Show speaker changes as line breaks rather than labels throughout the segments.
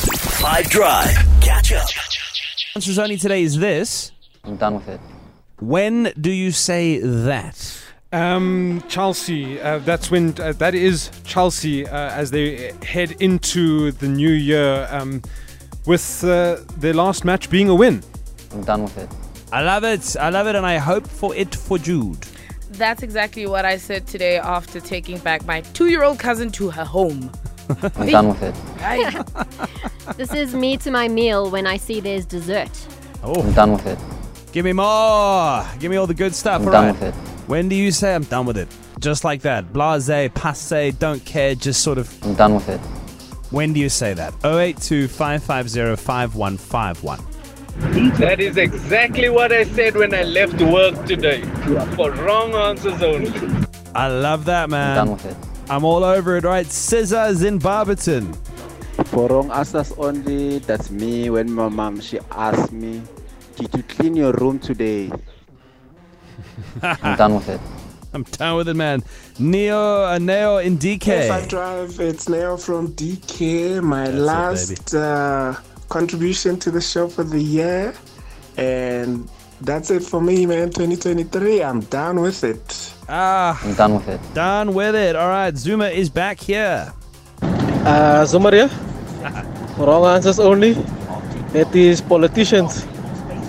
Five Drive. Catch up.
Answers only today is this.
I'm done with it.
When do you say that?
Um, Chelsea. Uh, that's when. Uh, that is Chelsea uh, as they head into the new year um, with uh, their last match being a win.
I'm done with it.
I love it. I love it, and I hope for it for Jude.
That's exactly what I said today after taking back my two year old cousin to her home.
I'm done with it.
I,
This is me to my meal when I see there's dessert.
I'm done with it.
Oh, Give me more. Give me all the good stuff.
I'm
all
done
right.
with it.
When do you say I'm done with it? Just like that. Blase, passe, don't care, just sort of.
I'm done with it.
When do you say that? 082 550 5151.
That is exactly what I said when I left work today. For wrong answers only.
I love that,
I'm done
man.
with it.
I'm all over it, right? Scissors in Barberton.
For wrong answers only, that's me when my mom she asked me, Did you clean your room today?
I'm done with it.
I'm down with it, man. Neo, uh, Neo in DK.
If I drive, it's Leo from DK. My
it,
last uh, contribution to the show for the year. And that's it for me, man. 2023, I'm down with it.
Ah,
I'm done with it.
done with it. All right, Zuma is back here.
Uh, Zumaria, wrong answers only. That is politicians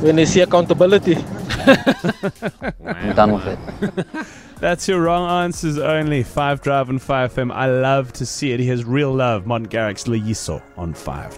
when they see accountability.
I'm done with it.
That's your wrong answers only. Five Drive and Five FM. I love to see it. He has real love. Martin Garrix, Leiso on Five.